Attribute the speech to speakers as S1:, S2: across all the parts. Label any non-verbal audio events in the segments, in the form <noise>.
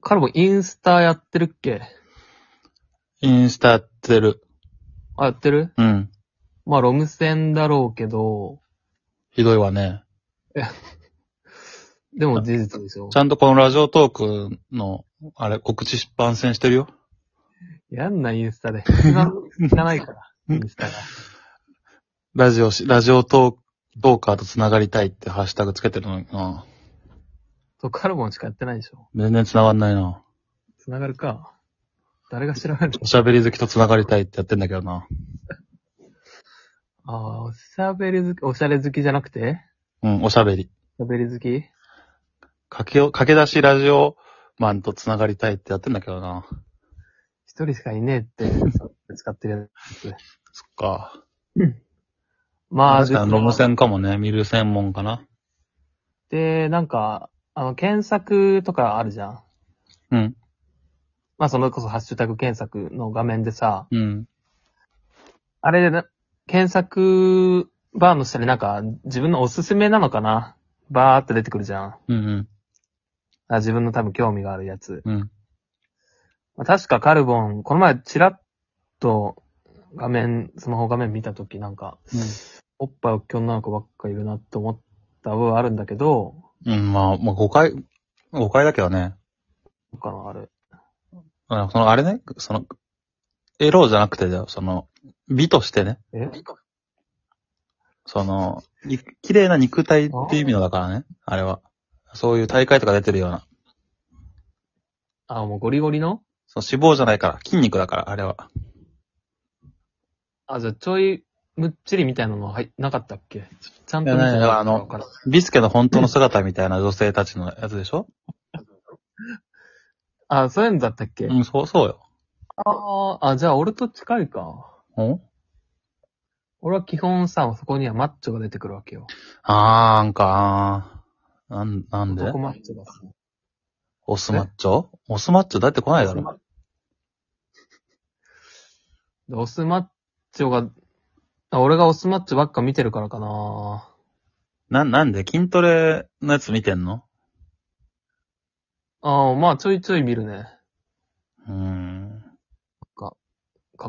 S1: 彼もインスタやってるっけ
S2: インスタやってる。
S1: あ、やってる
S2: うん。
S1: まあ、ロム線だろうけど、
S2: ひどいわね。
S1: でも事実ですよ
S2: ち。ゃんとこのラジオトークの、あれ、告知番宣してるよ。
S1: やんな、インスタで。一
S2: <laughs>
S1: 番知らないから、インスタが。
S2: ラジオし、ラジオトーク、トーカーと繋がりたいってハッシュタグつけてるのにな。
S1: そう、カルボンしかやってないでしょ。
S2: 全然繋がんないな。
S1: 繋がるか。誰が知らないの
S2: おしゃべり好きと繋がりたいってやってんだけどな。
S1: ああ、おしゃべり好き、おしゃれ好きじゃなくて
S2: うん、おしゃべり。
S1: おしゃべり好き
S2: 駆けお、駆け出しラジオマンと繋がりたいってやってんだけどな。
S1: 一人しかいねえって、使ってるやつ。
S2: そっか。
S1: まあ、
S2: 確かにロム線かもね。見る専門かな。
S1: で、なんか、あの、検索とかあるじゃん。
S2: うん。
S1: まあ、それこそハッシュタグ検索の画面でさ、
S2: うん。
S1: あれでな、検索バーの下になんか、自分のおすすめなのかなバーって出てくるじゃん。
S2: うん
S1: あ自分の多分興味があるやつ。
S2: うん。うん。
S1: まあ確かカルボン、この前チラッと画面、スマホ画面見たときなんか、おっぱいおっきい女の子ばっかいるなって思った部分あるんだけど、
S2: うん、まあ、まあ誤解、誤解だけどね。
S1: どうかな、あれ。
S2: あその、あれね、その、エロじゃなくてだよ、その、美としてね、
S1: え
S2: その、に綺麗な肉体っていう意味のだからね、あれは。そういう大会とか出てるような。
S1: あ、もうゴリゴリの
S2: そう脂肪じゃないから、筋肉だから、あれは。
S1: あ、じゃあちょい、むっちりみたいなのははいなかったっけちちゃんと見
S2: いや
S1: て
S2: ない
S1: な
S2: あの
S1: わからん
S2: ビスケの本当の姿みたいな女性たちのやつでしょ
S1: あ、そういうのだったっけ、
S2: うん、そう、そうよ。
S1: ああ、じゃあ俺と近いか。
S2: うん
S1: 俺は基本さ、そこにはマッチョが出てくるわけよ。
S2: あー、なんか、あーなん、なんで
S1: 男マッチョがさ。
S2: オスマッチョオスマッチョだって来ないだろ。
S1: でオスマッチョが、あ俺がオスマッチョばっか見てるからかな
S2: な、なんで筋トレのやつ見てんの
S1: ああ、まあちょいちょい見るね。
S2: うーん。
S1: か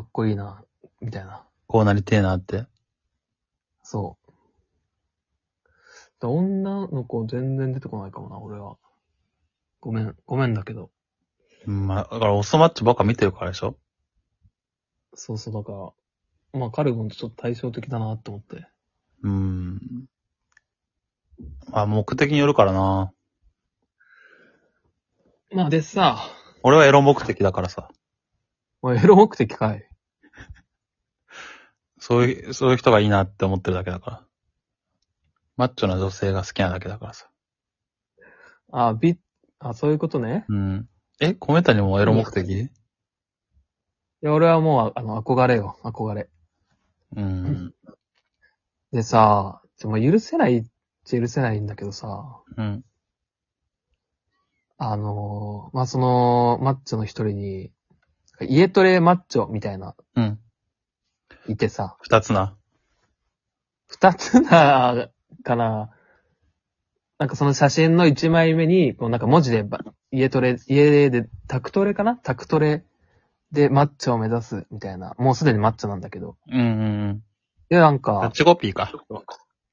S1: っこいいな、みたいな。
S2: こうなりてえなって。
S1: そう。だ女の子全然出てこないかもな、俺は。ごめん、ごめんだけど。
S2: うん、まあ、だからオスマッチョばっか見てるからでしょ
S1: そうそう、だから、まあカルゴンとちょっと対照的だなって思って。
S2: うーん。あ、目的によるからな。
S1: まあでさ、
S2: 俺はエロ目的だからさ。
S1: まあ、エロ目的かい。
S2: そういう、そういう人がいいなって思ってるだけだから。マッチョな女性が好きなだけだからさ。
S1: あ、び、あ、そういうことね。
S2: うん。え、コメタにもエロ目的
S1: いや、俺はもう、あの、憧れよ、憧れ。
S2: うん。
S1: でさ、ちょまあ、許せないっちゃ許せないんだけどさ、
S2: うん。
S1: あのーまあ、その、マッチョの一人に、家トレマッチョみたいな、
S2: うん。
S1: いてさ、
S2: 二つな。
S1: 二つな、かな。なんかその写真の一枚目に、こうなんか文字でば、家トレ、家で、タクトレかなタクトレでマッチョを目指すみたいな。もうすでにマッチョなんだけど。
S2: うんうんうん。
S1: で、なん
S2: キャッ
S1: か、
S2: チコピーか。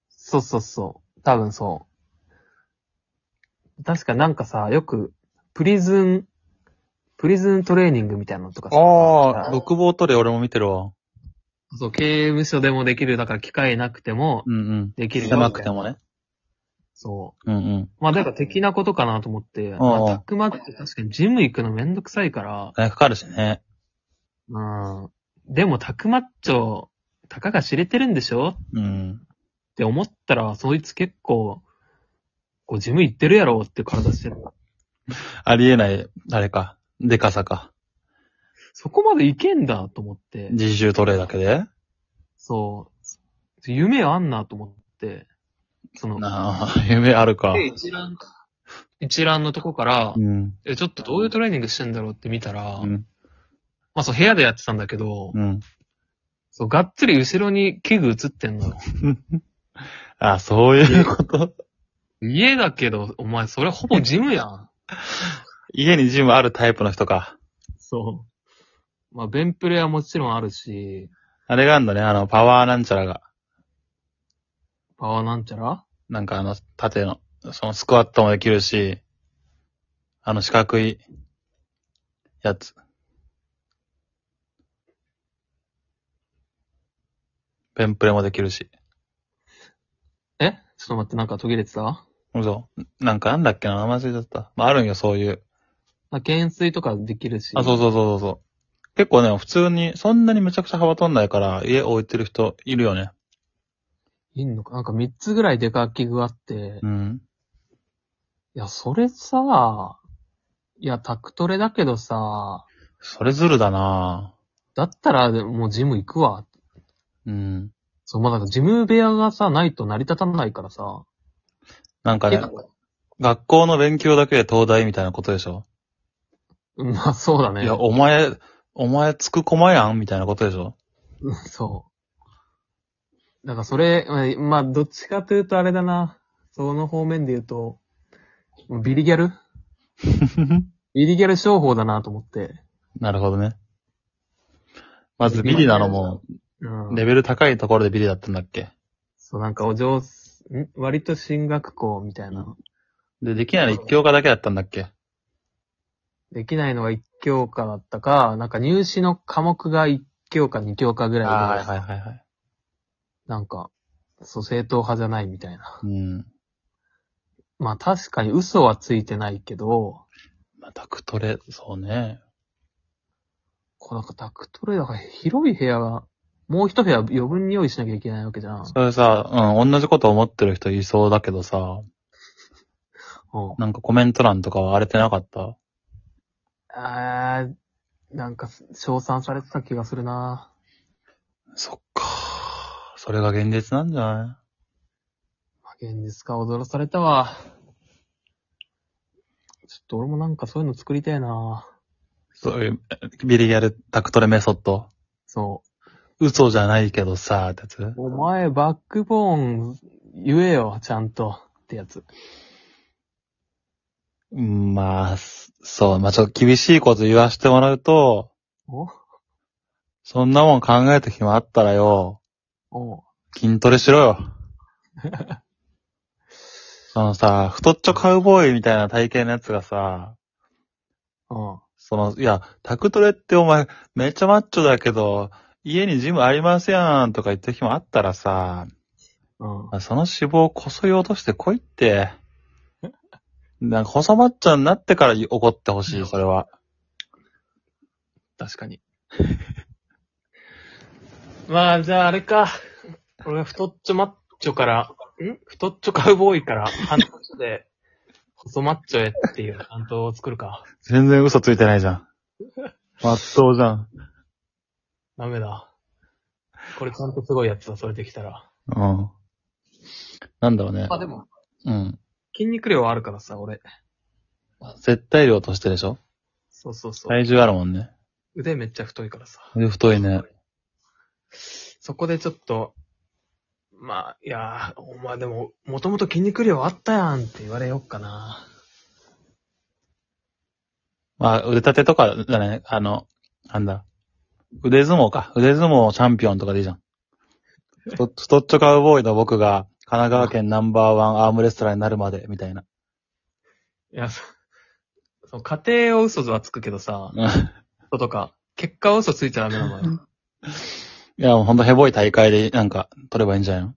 S1: そうそうそう。多分そう。確かなんかさ、よく、プリズン、プリズントレーニングみたいなのとかさ
S2: ああ、独房トレ俺も見てるわ。
S1: そう、刑務所でもできる、だから機会なくても
S2: うん
S1: でき
S2: うん。
S1: るよ
S2: 狭くてもね。
S1: そう。
S2: うんうん。
S1: まあ、だから的なことかなと思って、まあ、タックマッチ確かにジム行くのめんどくさいから
S2: お、金かかるしね。
S1: うん。でもタックマッチョ、たかが知れてるんでしょっ
S2: うん。
S1: て思ったら、そいつ結構、こうジム行ってるやろって体してる。
S2: ありえない、あれか。でかさか。
S1: そこまで行けんだと思って、
S2: 自重トレだけで
S1: そう、夢あんなと思って、その、
S2: な <laughs> あ、夢あるか。
S1: で一覧、一覧のとこから、
S2: うん。
S1: えちょっとどういうトレーニングしてんだろうって見たら、
S2: うん。
S1: まあそう部屋でやってたんだけど、
S2: うん。
S1: そう、がっつり後ろに器具映ってんのよ。
S2: あ、そういうこと。
S1: 家だけど、お前、それほぼジムやん。
S2: 家にジムあるタイプの人か。
S1: そう。まあ、ベンプレはもちろんあるし、
S2: あれがあるんだね、あの、パワーなんちゃらが。
S1: パワーなんちゃら
S2: なんかあの、縦の、そのスクワットもできるし、あの四角い、やつ。ベンプレもできるし。
S1: えちょっと待って、なんか途切れてた
S2: 嘘。なんかなんだっけな、名前忘れちゃった。まあ、あるんよ、そういう。
S1: まあ、懸垂とかできるし。
S2: あ、そうそうそうそうそう。結構ね、普通に、そんなにめちゃくちゃ幅取んないから、家置いてる人いるよね。
S1: いんのか。なんか3つぐらいデカ器具あって、い
S2: うん。
S1: や、それさ、いや、タクトレだけどさ、
S2: それずるだな
S1: だったらもうジム行くわ。
S2: ぁうん。
S1: そう、まあ、なんかジム部屋がさ、ないと成り立たないからさ。
S2: なんか
S1: て
S2: ね
S1: か、
S2: 学校の勉強だけで東大みたいなことでしょ、
S1: うんまあ、そうだね。<laughs>
S2: いや、お前、お前つく駒やんみたいなことでし <laughs> ょ
S1: うんそう。だからそれ、まあまあ、どっちかというとあれだな。その方面で言うと、ビリギャルビリギャル商法だなと思って。
S2: なるほどね。まずビリなのも、
S1: うん。
S2: レベル高いところでビリだったんだっけ
S1: そう、なんかお嬢す、ん割と進学校みたいな。
S2: で、できないの一教科だけだったんだっけ
S1: できないのが一教科だったか、なんか入試の科目が一教科、二教科ぐらいで、
S2: あーはいはいはい。
S1: なんか、そう、正統派じゃないみたいな。
S2: うん。
S1: まあ確かに嘘はついてないけど、
S2: まあ、タクトレ、そうね。
S1: こうなんかダクトレだから広い部屋が、もう一部屋余分に用意しなきゃいけないわけじゃん。
S2: それさ、うん、同じこと思ってる人いそうだけどさ、
S1: うん。
S2: なんかコメント欄とかは荒れてなかった
S1: あー、なんか称賛されてた気がするな
S2: そっか。それが現実なんじゃない
S1: まあ現実か驚されたわ。ちょっと俺もなんかそういうの作りたいな
S2: そういう、ビリギャルタクトレメソッド。
S1: そ
S2: 嘘じゃないけどさ、ってやつ
S1: う。お前バックボーン言えよ、ちゃんと。ってやつ。
S2: うんまあ、すそう、まあちょっと厳しいこと言わせてもらうと、
S1: お
S2: そんなもん考えた暇あったらよ、
S1: お
S2: 筋トレしろ <laughs> よ。そのさ、太っちょカウボーイみたいな体型のやつがさ、
S1: うん。
S2: その、いや、タクトレってお前、めっちゃマッチョだけど、家にジムありますやんとか言ってる暇あったらさ、
S1: うん。
S2: その脂肪をこそり落としてこいって。なんか、細マッチョになってから怒ってほしい、それは。
S1: 確かに。 <laughs> まあ、じゃああれか。俺は太っちょマッチョから、ん太っちょカウボーイから半年で、細マッチョへっていう担当を作るか。
S2: 全然嘘ついてないじゃん。
S1: <laughs>
S2: まっとうじゃん。
S1: ダメだ。これちゃんとすごいやつだ、それできたら。
S2: うん。なんだろうね
S1: ま。あでも、
S2: うん。
S1: 筋肉量はあるからさ、俺。
S2: 絶対量としてでしょ
S1: そうそうそう。
S2: 体重あるもんね。
S1: 腕めっちゃ太いからさ。
S2: で太いね。
S1: そこでちょっと、まあ、いやー、お前でも、もともと筋肉量あったやんって言われよっかな。
S2: まあ、腕立てとかだね。あの、なんだ。腕相撲か。腕相撲チャンピオンとかでいいじゃん。太っ太っちょカウボーイの僕が、神奈川県ナンバーワンアームレストラーになるまで、みたいな。 <laughs>
S1: いや、そそう、家庭を嘘はつくけどさ、
S2: うん
S1: 人とか、結果は嘘ついちゃダメなのよ。
S2: いや、もうほんとヘボい大会で、なんか、取ればいいんじゃないの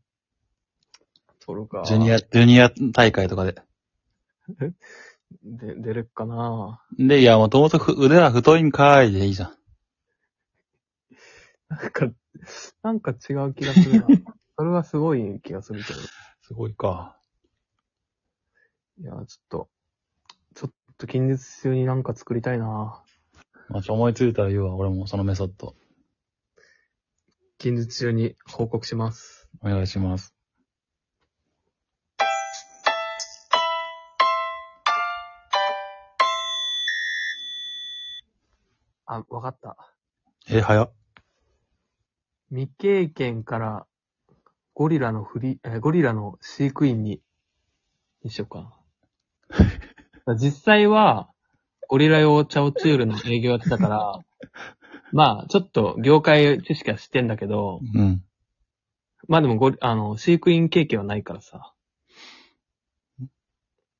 S1: 取るか。
S2: ジュニア、ジュニア大会とかで。
S1: で、出るかな
S2: で、いや、もともとふ腕は太いんかーいでいいじゃん。
S1: なんか、なんか違う気がするな。それはすごい気がするけど。
S2: すごいか。
S1: いや、ちょっと、ちょっと近日中になんか作りたいな
S2: まあ、ちょ思いついたら言うわ、俺もそのメソッド。
S1: 近日中に報告します。
S2: お願いします。
S1: あ、わかった。
S2: え、早っ。
S1: 未経験から、ゴリラのフリ、え、ゴリラの飼育員に、にしようかな。実際は、オリラ用チャオチュールの営業やってたから、まあ、ちょっと業界知識は知ってんだけど、
S2: うん。
S1: まあでもご、あの、飼育員経験はないからさ。